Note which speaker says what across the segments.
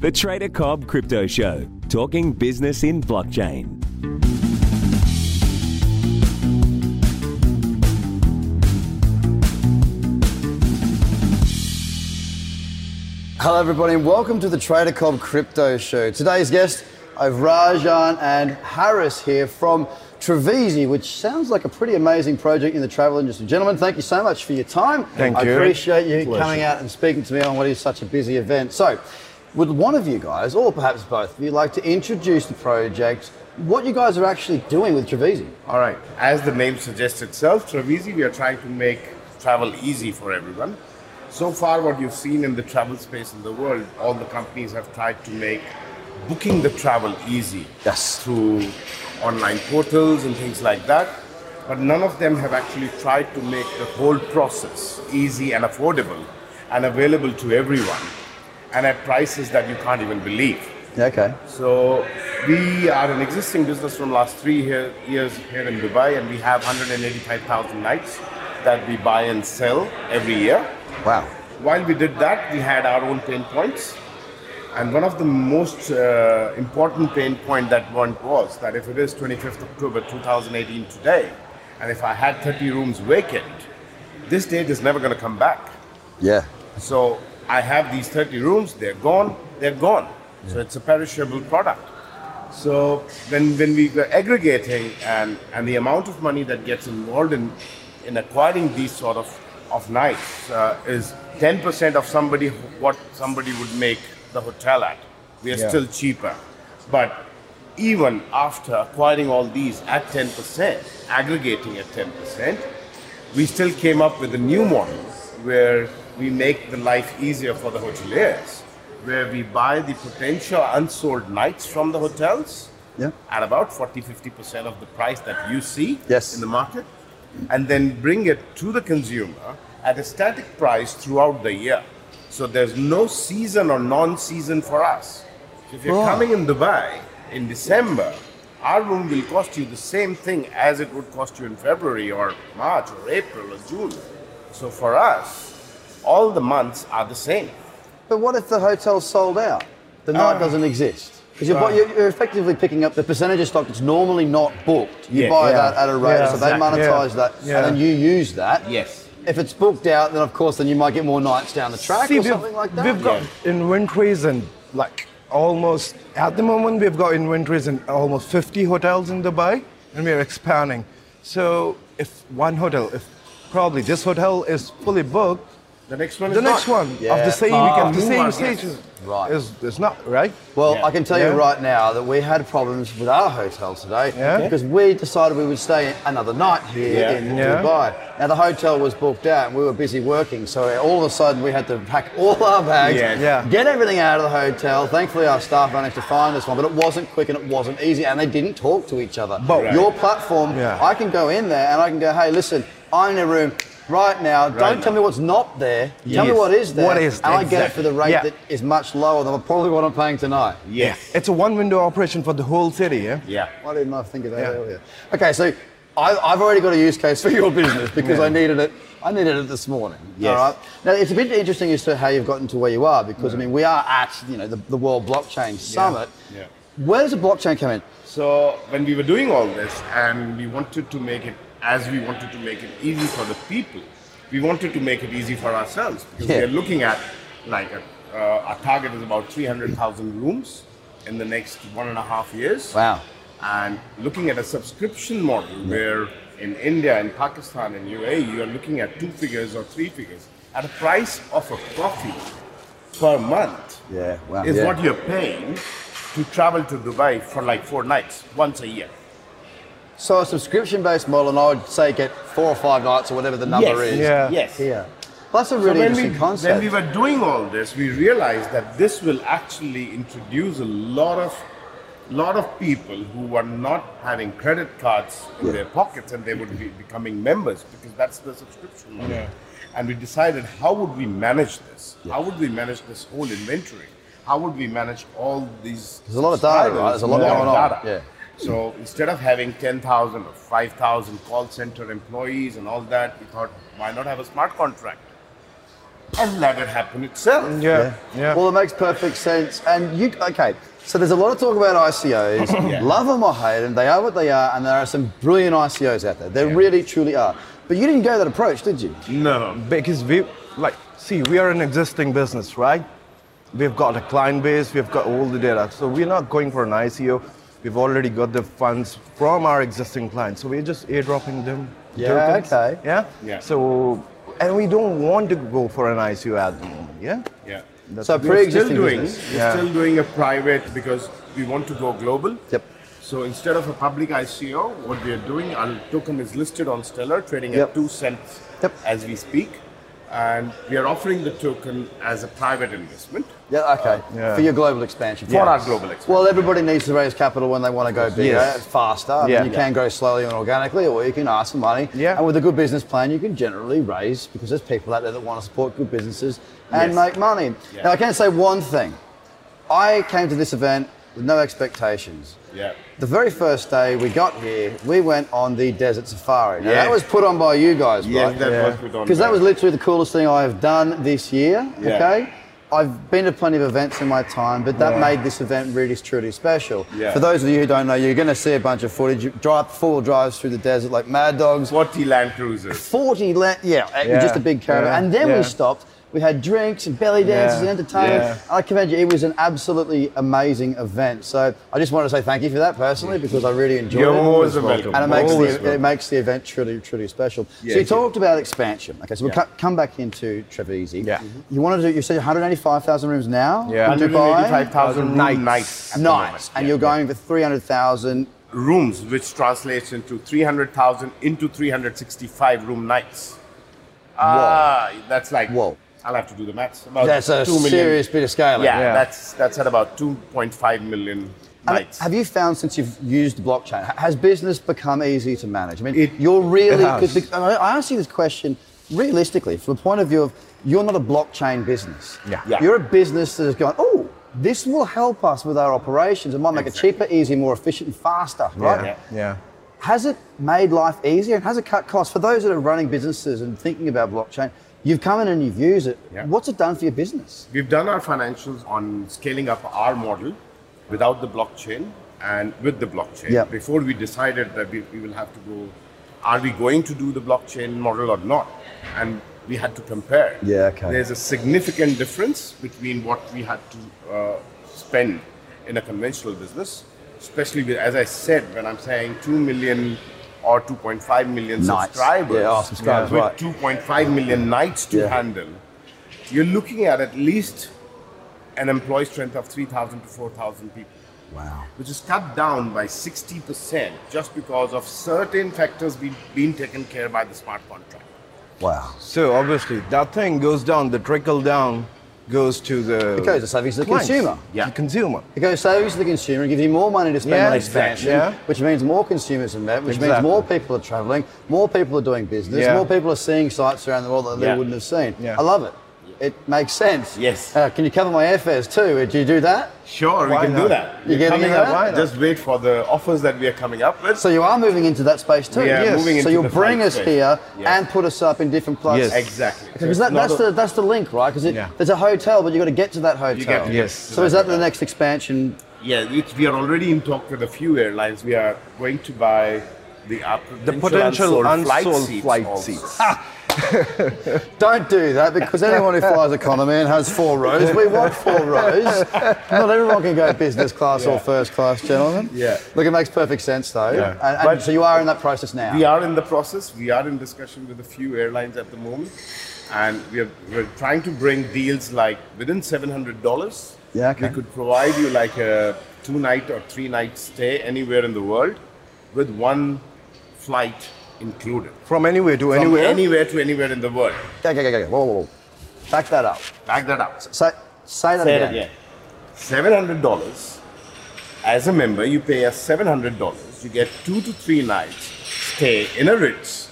Speaker 1: The Trader Cobb Crypto Show, talking business in blockchain.
Speaker 2: Hello, everybody, and welcome to the Trader Cobb Crypto Show. Today's guest, I've Rajan and Harris here from Trevisi, which sounds like a pretty amazing project in the travel industry. Gentlemen, thank you so much for your time.
Speaker 3: Thank
Speaker 2: I
Speaker 3: you.
Speaker 2: appreciate you coming out and speaking to me on what is such a busy event. So, would one of you guys, or perhaps both of you, like to introduce the project, what you guys are actually doing with Trevisi?
Speaker 3: All right. As the name suggests itself, Travisi, we are trying to make travel easy for everyone. So far, what you've seen in the travel space in the world, all the companies have tried to make booking the travel easy
Speaker 2: Yes.
Speaker 3: through online portals and things like that. But none of them have actually tried to make the whole process easy and affordable and available to everyone and at prices that you can't even believe.
Speaker 2: Okay.
Speaker 3: So we are an existing business from last three here, years here in Dubai, and we have 185,000 nights that we buy and sell every year.
Speaker 2: Wow.
Speaker 3: While we did that, we had our own pain points, and one of the most uh, important pain point that one was that if it is 25th October 2018 today, and if I had 30 rooms vacant, this date is never going to come back.
Speaker 2: Yeah.
Speaker 3: So I have these 30 rooms, they're gone, they're gone. So it's a perishable product. So when, when we were aggregating and, and the amount of money that gets involved in, in acquiring these sort of, of nights uh, is 10% of somebody what somebody would make the hotel at. We are still cheaper. But even after acquiring all these at 10%, aggregating at 10%, we still came up with a new model where we make the life easier for the hoteliers, where we buy the potential unsold nights from the hotels
Speaker 2: Yeah.
Speaker 3: at about 40 50% of the price that you see
Speaker 2: Yes.
Speaker 3: in the market, and then bring it to the consumer at a static price throughout the year. So there's no season or non season for us. So if you're
Speaker 4: Oh.
Speaker 2: Right.
Speaker 3: coming in Dubai in December, our room will cost you the same thing as it would cost you in February or March or April or June. So for us, all the months are the same.
Speaker 2: But what if the hotel's sold out? The
Speaker 4: Ah.
Speaker 2: night doesn't exist. Because you're, bu-
Speaker 3: Right.
Speaker 2: you're, you're effectively picking up the percentage of stock that's normally not booked. You
Speaker 3: Yeah.
Speaker 2: buy
Speaker 3: Yeah.
Speaker 2: that at a rate,
Speaker 4: Yeah.
Speaker 2: so they
Speaker 3: Exactly.
Speaker 2: monetize that,
Speaker 4: Yeah.
Speaker 2: and then you use that.
Speaker 3: Yes.
Speaker 2: If it's booked out, then of course, then you might get more nights down the track or
Speaker 4: we've-
Speaker 2: something like that.
Speaker 4: We've got inventories in like almost at the moment we've got inventories in almost 50 hotels in Dubai, and we are expanding. So if one hotel, if probably this hotel is fully booked,
Speaker 3: The next one is
Speaker 4: the next
Speaker 3: not.
Speaker 4: one
Speaker 2: Yeah.
Speaker 4: of the same
Speaker 3: Ah,
Speaker 4: of the
Speaker 3: new
Speaker 4: same
Speaker 3: markets.
Speaker 4: station
Speaker 2: Right.
Speaker 4: is is not right.
Speaker 2: Well,
Speaker 3: Yeah.
Speaker 2: I can tell you
Speaker 4: Yeah.
Speaker 2: right now that we had problems with our hotel today
Speaker 4: Yeah. Okay.
Speaker 2: because we decided we would stay another night here
Speaker 3: Yeah.
Speaker 2: in
Speaker 4: Yeah.
Speaker 2: Dubai. Now the hotel was booked out and we were busy working, so all of a sudden we had to pack all our bags,
Speaker 3: Yeah.
Speaker 4: Yeah.
Speaker 2: get everything out of the hotel. Thankfully, our staff managed to find this one, but it wasn't quick and it wasn't easy, and they didn't talk to each other.
Speaker 4: But-
Speaker 3: Right.
Speaker 2: your platform,
Speaker 4: Yeah.
Speaker 2: I can go in there and I can go, hey, listen, I'm in a room. Right now, don't
Speaker 3: now.
Speaker 2: tell me what's not there. Tell me
Speaker 4: Yes.
Speaker 2: what is there.
Speaker 4: What is
Speaker 2: and I get it
Speaker 4: exactly.
Speaker 2: for the rate
Speaker 4: Yeah.
Speaker 2: that is much lower than probably what I'm paying tonight.
Speaker 3: Yes.
Speaker 4: It's a one window operation for the whole city, yeah?
Speaker 3: Yeah.
Speaker 2: Why didn't I think of that
Speaker 4: Yeah.
Speaker 2: earlier? Okay, so I, I've already got a use case for your business because I needed it. I needed it this morning.
Speaker 3: Yes.
Speaker 2: All right. Now it's a bit interesting as to how you've gotten to where you are because I mean we are at you know the, the World Blockchain Summit.
Speaker 3: Yeah.
Speaker 2: Where does the blockchain come in?
Speaker 3: So when we were doing all this and we wanted to make it as we wanted to make it easy for the people, we wanted to make it easy for ourselves because
Speaker 2: Yeah.
Speaker 3: we are looking at like a, uh, our target is about 300,000 rooms in the next one and a half years.
Speaker 2: Wow.
Speaker 3: And looking at a subscription model where in India and Pakistan and UAE E, you are looking at two figures or three figures at a price of a coffee per month
Speaker 2: Yeah. Wow.
Speaker 3: is what you're paying to travel to Dubai for like four nights once a year.
Speaker 2: So a subscription-based model, and I would say get four or five nights or whatever the number is.
Speaker 4: Yeah.
Speaker 3: Yes.
Speaker 2: Yeah. Well, that's a really
Speaker 3: when, we,
Speaker 2: interesting concept.
Speaker 3: when we were doing all this, we realized that this will actually introduce a lot of lot of people who are not having credit cards in their pockets and they would be becoming members because that's the subscription model. And we decided how would we manage this? How would we manage this whole inventory? How would we manage all these?
Speaker 2: There's a lot of data, right?
Speaker 3: subscribers?
Speaker 2: There's a lot going
Speaker 3: of
Speaker 2: on.
Speaker 3: data.
Speaker 2: Yeah.
Speaker 3: So instead of having 10,000 or 5,000 call center employees and all that, we thought, why not have a smart contract? and let it happen itself.
Speaker 4: Yeah, yeah.
Speaker 2: Well, it makes perfect sense. And you, okay, so there's a lot of talk about ICOs.
Speaker 3: Yeah.
Speaker 2: Love them or hate them, they are what they are, and there are some brilliant ICOs out there. They really, truly are. But you didn't go that approach, did
Speaker 3: Mm.
Speaker 2: you?
Speaker 3: No.
Speaker 4: because we like see we are an existing business right we've got a client base we've got all the data so we're not going for an ico we've already got the funds from our existing clients so we're just airdropping them
Speaker 2: Yeah,
Speaker 4: tokens.
Speaker 2: okay.
Speaker 4: yeah
Speaker 3: Yeah.
Speaker 4: so and we don't want to go for an ico at the moment yeah
Speaker 3: Yeah.
Speaker 2: so
Speaker 3: We're
Speaker 2: pre-existing
Speaker 3: still doing,
Speaker 2: business.
Speaker 3: We're
Speaker 4: Yeah.
Speaker 3: still doing a private because we want to go global.
Speaker 2: Yep.
Speaker 3: So instead of a public ICO, what we are doing, our token is listed on Stellar, trading
Speaker 2: Yep.
Speaker 3: at two cents
Speaker 2: Yep.
Speaker 3: as we speak, and we are offering the token as a private investment.
Speaker 2: Yeah, okay.
Speaker 4: Uh, yeah.
Speaker 2: For your global expansion.
Speaker 3: For our global expansion.
Speaker 2: Well, everybody needs to raise capital when they want to go bigger,
Speaker 4: Yes.
Speaker 2: faster. I mean,
Speaker 4: Yeah.
Speaker 2: you can grow slowly and organically, or you can ask for money.
Speaker 4: Yeah.
Speaker 2: And with a good business plan, you can generally raise because there's people out there that want to support good businesses and
Speaker 3: Yes.
Speaker 2: make money.
Speaker 3: Yeah.
Speaker 2: Now, I can say one thing. I came to this event with no expectations.
Speaker 3: Yeah.
Speaker 2: The very first day we got here, we went on the desert safari. Now,
Speaker 3: Yeah.
Speaker 2: that was put on by you guys,
Speaker 3: Yeah,
Speaker 2: right?
Speaker 3: that was put on
Speaker 2: Because that
Speaker 3: by-
Speaker 2: was literally the coolest thing I have done this year.
Speaker 3: Yeah.
Speaker 2: Okay. I've been to plenty of events in my time, but that made this event really truly special.
Speaker 3: Yeah.
Speaker 2: For those of you who don't know, you're going to see a bunch of footage. You drive four drives through the desert like mad dogs.
Speaker 3: 40 Land Cruisers.
Speaker 2: 40 la- yeah, it was
Speaker 4: Yeah,
Speaker 2: just a big caravan.
Speaker 4: yeah,
Speaker 2: and then we
Speaker 4: yeah.
Speaker 2: stopped. We had drinks and belly dances
Speaker 4: Yeah,
Speaker 2: and entertainment.
Speaker 4: yeah.
Speaker 2: I commend you. It was an absolutely amazing event. So I just want to say thank you for that personally because I really enjoyed
Speaker 3: You're
Speaker 2: it.
Speaker 3: always welcome.
Speaker 2: And it makes,
Speaker 3: Always
Speaker 2: the, it
Speaker 3: welcome.
Speaker 2: makes the event truly, truly special.
Speaker 3: Yes,
Speaker 2: so you
Speaker 3: yes.
Speaker 2: talked about expansion. Okay, so we'll
Speaker 3: Yeah.
Speaker 2: co- come back into Trevisi.
Speaker 4: Yeah. Mhm.
Speaker 2: You want to do, you said 185,000 rooms now
Speaker 4: Yeah.
Speaker 2: in Dubai?
Speaker 3: 185,000
Speaker 4: Nights.
Speaker 3: room nights. at the
Speaker 2: Nice.
Speaker 3: moment.
Speaker 2: And
Speaker 3: Yeah.
Speaker 2: you're going for 300,000.
Speaker 3: rooms, which translates into 300,000 into 365 room nights. Ah, that's like.
Speaker 2: Whoa.
Speaker 3: I'll have to do the maths. About
Speaker 2: That's a
Speaker 3: Oh, two million-
Speaker 2: serious bit of scaling.
Speaker 3: Yeah,
Speaker 4: Yeah.
Speaker 3: that's that's at about 2.5 million
Speaker 2: I mean,
Speaker 3: nights.
Speaker 2: Have you found since you've used blockchain, ha- has business become easy to manage? I mean,
Speaker 3: It-
Speaker 2: you're really.
Speaker 4: it has.
Speaker 2: good- and I I ask you this question realistically from the point of view of you're not a blockchain business.
Speaker 4: Yeah.
Speaker 3: Yeah.
Speaker 2: You're a business that has gone, oh, this will help us with our operations. It might make it cheaper, easier, more efficient, and faster, right?
Speaker 4: yeah, yeah.
Speaker 2: Has it made life easier and has it cut costs? For those that are running businesses and thinking about blockchain, you've come in and you've used it.
Speaker 3: Yeah.
Speaker 2: What's it done for your business?
Speaker 3: We've done our financials on scaling up our model without the blockchain and with the blockchain.
Speaker 2: Yeah.
Speaker 3: Before we decided that we, we will have to go, are we going to do the blockchain model or not? And we had to compare.
Speaker 2: Yeah, okay.
Speaker 3: There's a significant difference between what we had to uh, spend in a conventional business, especially with, as I said, when I'm saying 2 million or 2.5 million
Speaker 2: Nights.
Speaker 3: subscribers.
Speaker 2: Yeah, oh, subscribers,
Speaker 3: with
Speaker 2: right.
Speaker 3: 2.5 million nights to
Speaker 2: Yeah.
Speaker 3: handle, you're looking at at least an employee strength of 3,000 to 4,000 people,
Speaker 2: Wow.
Speaker 3: which is cut down by 60% just because of certain factors being, being taken care by the smart contract.
Speaker 2: Wow.
Speaker 4: so obviously that thing goes down the trickle down goes to the
Speaker 2: It goes to savings to the
Speaker 4: clients,
Speaker 2: consumer.
Speaker 3: Yeah.
Speaker 4: the consumer
Speaker 2: It goes savings to the consumer and gives you more money to spend
Speaker 4: Yeah,
Speaker 2: on expansion,
Speaker 4: exactly. Yeah.
Speaker 2: which means more consumers are met, which means
Speaker 4: Exactly.
Speaker 2: more people are travelling, more people are doing business,
Speaker 4: Yeah.
Speaker 2: more people are seeing sites around the world that they
Speaker 3: Yeah.
Speaker 2: wouldn't have seen.
Speaker 4: Yeah.
Speaker 2: I love it. It makes sense.
Speaker 3: Yes.
Speaker 2: Uh, can you cover my airfares too? Uh, Do you do that?
Speaker 3: Sure,
Speaker 4: Why
Speaker 3: we can
Speaker 4: not?
Speaker 3: do that.
Speaker 2: You
Speaker 3: We're
Speaker 2: getting
Speaker 3: coming
Speaker 2: into
Speaker 3: up-
Speaker 2: that? Why
Speaker 4: not?
Speaker 3: Just wait for the offers that we are coming up with.
Speaker 2: So you are moving into that space too.
Speaker 3: We are Yes. moving
Speaker 2: so
Speaker 3: into
Speaker 2: you'll
Speaker 3: the
Speaker 2: bring
Speaker 3: flight
Speaker 2: us
Speaker 3: space.
Speaker 2: here
Speaker 3: Yes.
Speaker 2: and put us up in different places.
Speaker 4: Yes.
Speaker 3: exactly.
Speaker 2: Because that, that's, the, that's the link, right? Because
Speaker 4: Yeah.
Speaker 2: there's a hotel, but you've got to get to that hotel.
Speaker 3: You get to
Speaker 4: Yes.
Speaker 2: So is that the next expansion?
Speaker 3: Yeah, which we are already in talk with a few airlines. We are going to buy the, uh,
Speaker 4: the potential unsold,
Speaker 3: seats
Speaker 4: flight
Speaker 3: also.
Speaker 4: seats
Speaker 2: Don't do that because anyone who flies economy and has four rows, we want four rows. Not everyone can go business class or first class, gentlemen.
Speaker 3: Yeah.
Speaker 2: Look, it makes perfect sense though.
Speaker 3: Yeah.
Speaker 2: And, and
Speaker 3: But-
Speaker 2: so you are in that process now.
Speaker 3: We are in the process. We are in discussion with a few airlines at the moment, and we are we're trying to bring deals like within seven hundred dollars.
Speaker 2: Yeah, okay.
Speaker 3: we could provide you like a two night or three night stay anywhere in the world, with one flight included.
Speaker 4: from anywhere to
Speaker 3: From
Speaker 4: anywhere
Speaker 3: anywhere to anywhere in the world.
Speaker 2: Okay, okay, okay. okay. Whoa, whoa, whoa. Back that up.
Speaker 3: Back that up.
Speaker 2: Say, say that
Speaker 3: Say it
Speaker 2: again.
Speaker 3: again. Seven hundred dollars. As a member, you pay us seven hundred dollars. You get two to three nights stay in a Ritz.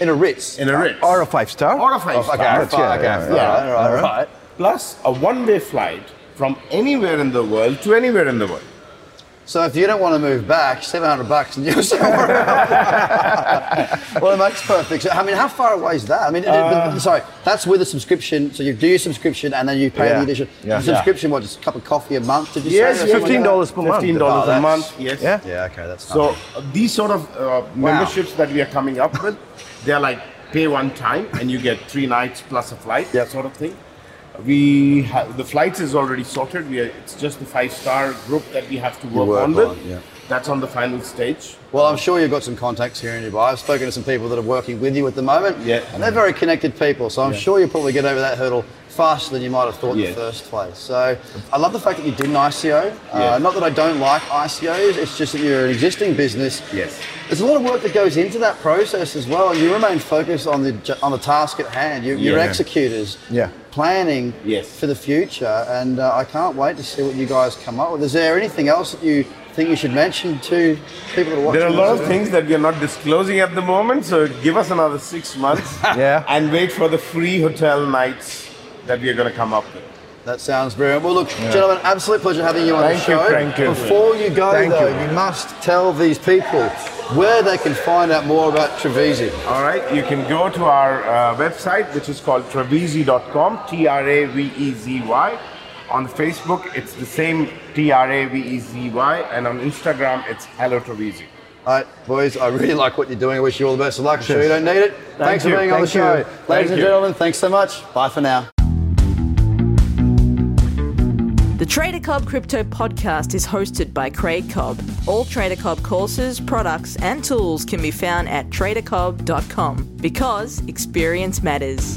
Speaker 2: In a Ritz.
Speaker 3: In a Ritz.
Speaker 4: or a five star Oh,
Speaker 3: or a five
Speaker 2: Okay,
Speaker 3: star.
Speaker 2: okay,
Speaker 4: yeah,
Speaker 2: okay.
Speaker 4: yeah,
Speaker 3: yeah.
Speaker 2: All right, all right, all right.
Speaker 3: plus a one way flight from anywhere in the world to anywhere in the world.
Speaker 2: So if you don't want to move back, 700 bucks and you're somewhere else. well, it makes perfect sense. I mean, how far away is that? I mean, it- it-
Speaker 3: Uh,
Speaker 2: sorry, that's with a subscription. So you do your subscription and then you pay
Speaker 4: Yeah.
Speaker 2: the addition.
Speaker 4: Yeah.
Speaker 2: The subscription, what, just a cup of coffee a month? Did you
Speaker 3: Yes,
Speaker 2: say? or
Speaker 3: yes,
Speaker 2: something like that?
Speaker 4: $15 per month.
Speaker 3: Fifteen dollars
Speaker 2: Oh,
Speaker 3: a
Speaker 2: that's-
Speaker 3: month. Yes.
Speaker 4: Yeah.
Speaker 2: Yeah, okay, that's
Speaker 3: So
Speaker 2: nothing.
Speaker 3: uh, these sort of uh, memberships that we are coming up with, they're like pay one time and you get three nights plus a flight, that
Speaker 2: Yep.
Speaker 3: sort of thing. We ha- the flights is already sorted. We are, it's just the five star group that we have to work,
Speaker 2: work
Speaker 3: on
Speaker 2: on,
Speaker 3: with.
Speaker 2: yeah.
Speaker 3: That's on the final stage.
Speaker 2: Well, I'm sure you've got some contacts here in Dubai. I've spoken to some people that are working with you at the moment.
Speaker 3: Yeah.
Speaker 2: And they're very connected people, so I'm sure you'll probably get over that hurdle faster than you might have thought in
Speaker 3: Yeah.
Speaker 2: the first place. So I love the fact that you did an ICO. Uh,
Speaker 3: Yeah.
Speaker 2: not that I don't like ICOs, it's just that you're an existing business.
Speaker 3: Yes.
Speaker 2: There's a lot of work that goes into that process as well, and you remain focused on the j- on the task at hand. You, You're
Speaker 3: Yeah.
Speaker 2: executors,
Speaker 4: Yeah.
Speaker 2: planning
Speaker 3: Yes.
Speaker 2: for the future, and uh, I can't wait to see what you guys come up with. Is there anything else that you think you should mention to people that are watching?
Speaker 3: There are a
Speaker 2: this
Speaker 3: lot of
Speaker 2: event?
Speaker 3: things that we are not disclosing at the moment, so give us another six months
Speaker 4: Yeah.
Speaker 3: and wait for the free hotel nights that we are going to come up with.
Speaker 2: That sounds brilliant. Well, look, gentlemen, absolute pleasure having you on the
Speaker 3: Thank you,
Speaker 2: show.
Speaker 3: thank you.
Speaker 2: Before you go,
Speaker 4: Thank
Speaker 2: though,
Speaker 4: you.
Speaker 2: you. must tell these people where they can find out more about Trevisi.
Speaker 3: All right, you can go to our uh, website, which is called travezi.com, T R A V E Z Y. On Facebook, it's the same T R A V E Z Y, and on Instagram, it's Hello Travezi.
Speaker 2: All right, boys, I really like what you're doing. I wish you all the best of luck. I'm sure you don't need it. Thanks for
Speaker 3: you,
Speaker 2: being on the
Speaker 3: thank
Speaker 2: show.
Speaker 3: you,
Speaker 2: Ladies
Speaker 3: thank
Speaker 2: and
Speaker 3: you.
Speaker 2: gentlemen, thanks so much. Bye for now.
Speaker 5: The Trader Cobb Crypto Podcast is hosted by Craig Cobb. All Trader Cobb courses, products, and tools can be found at tradercobb.com because experience matters.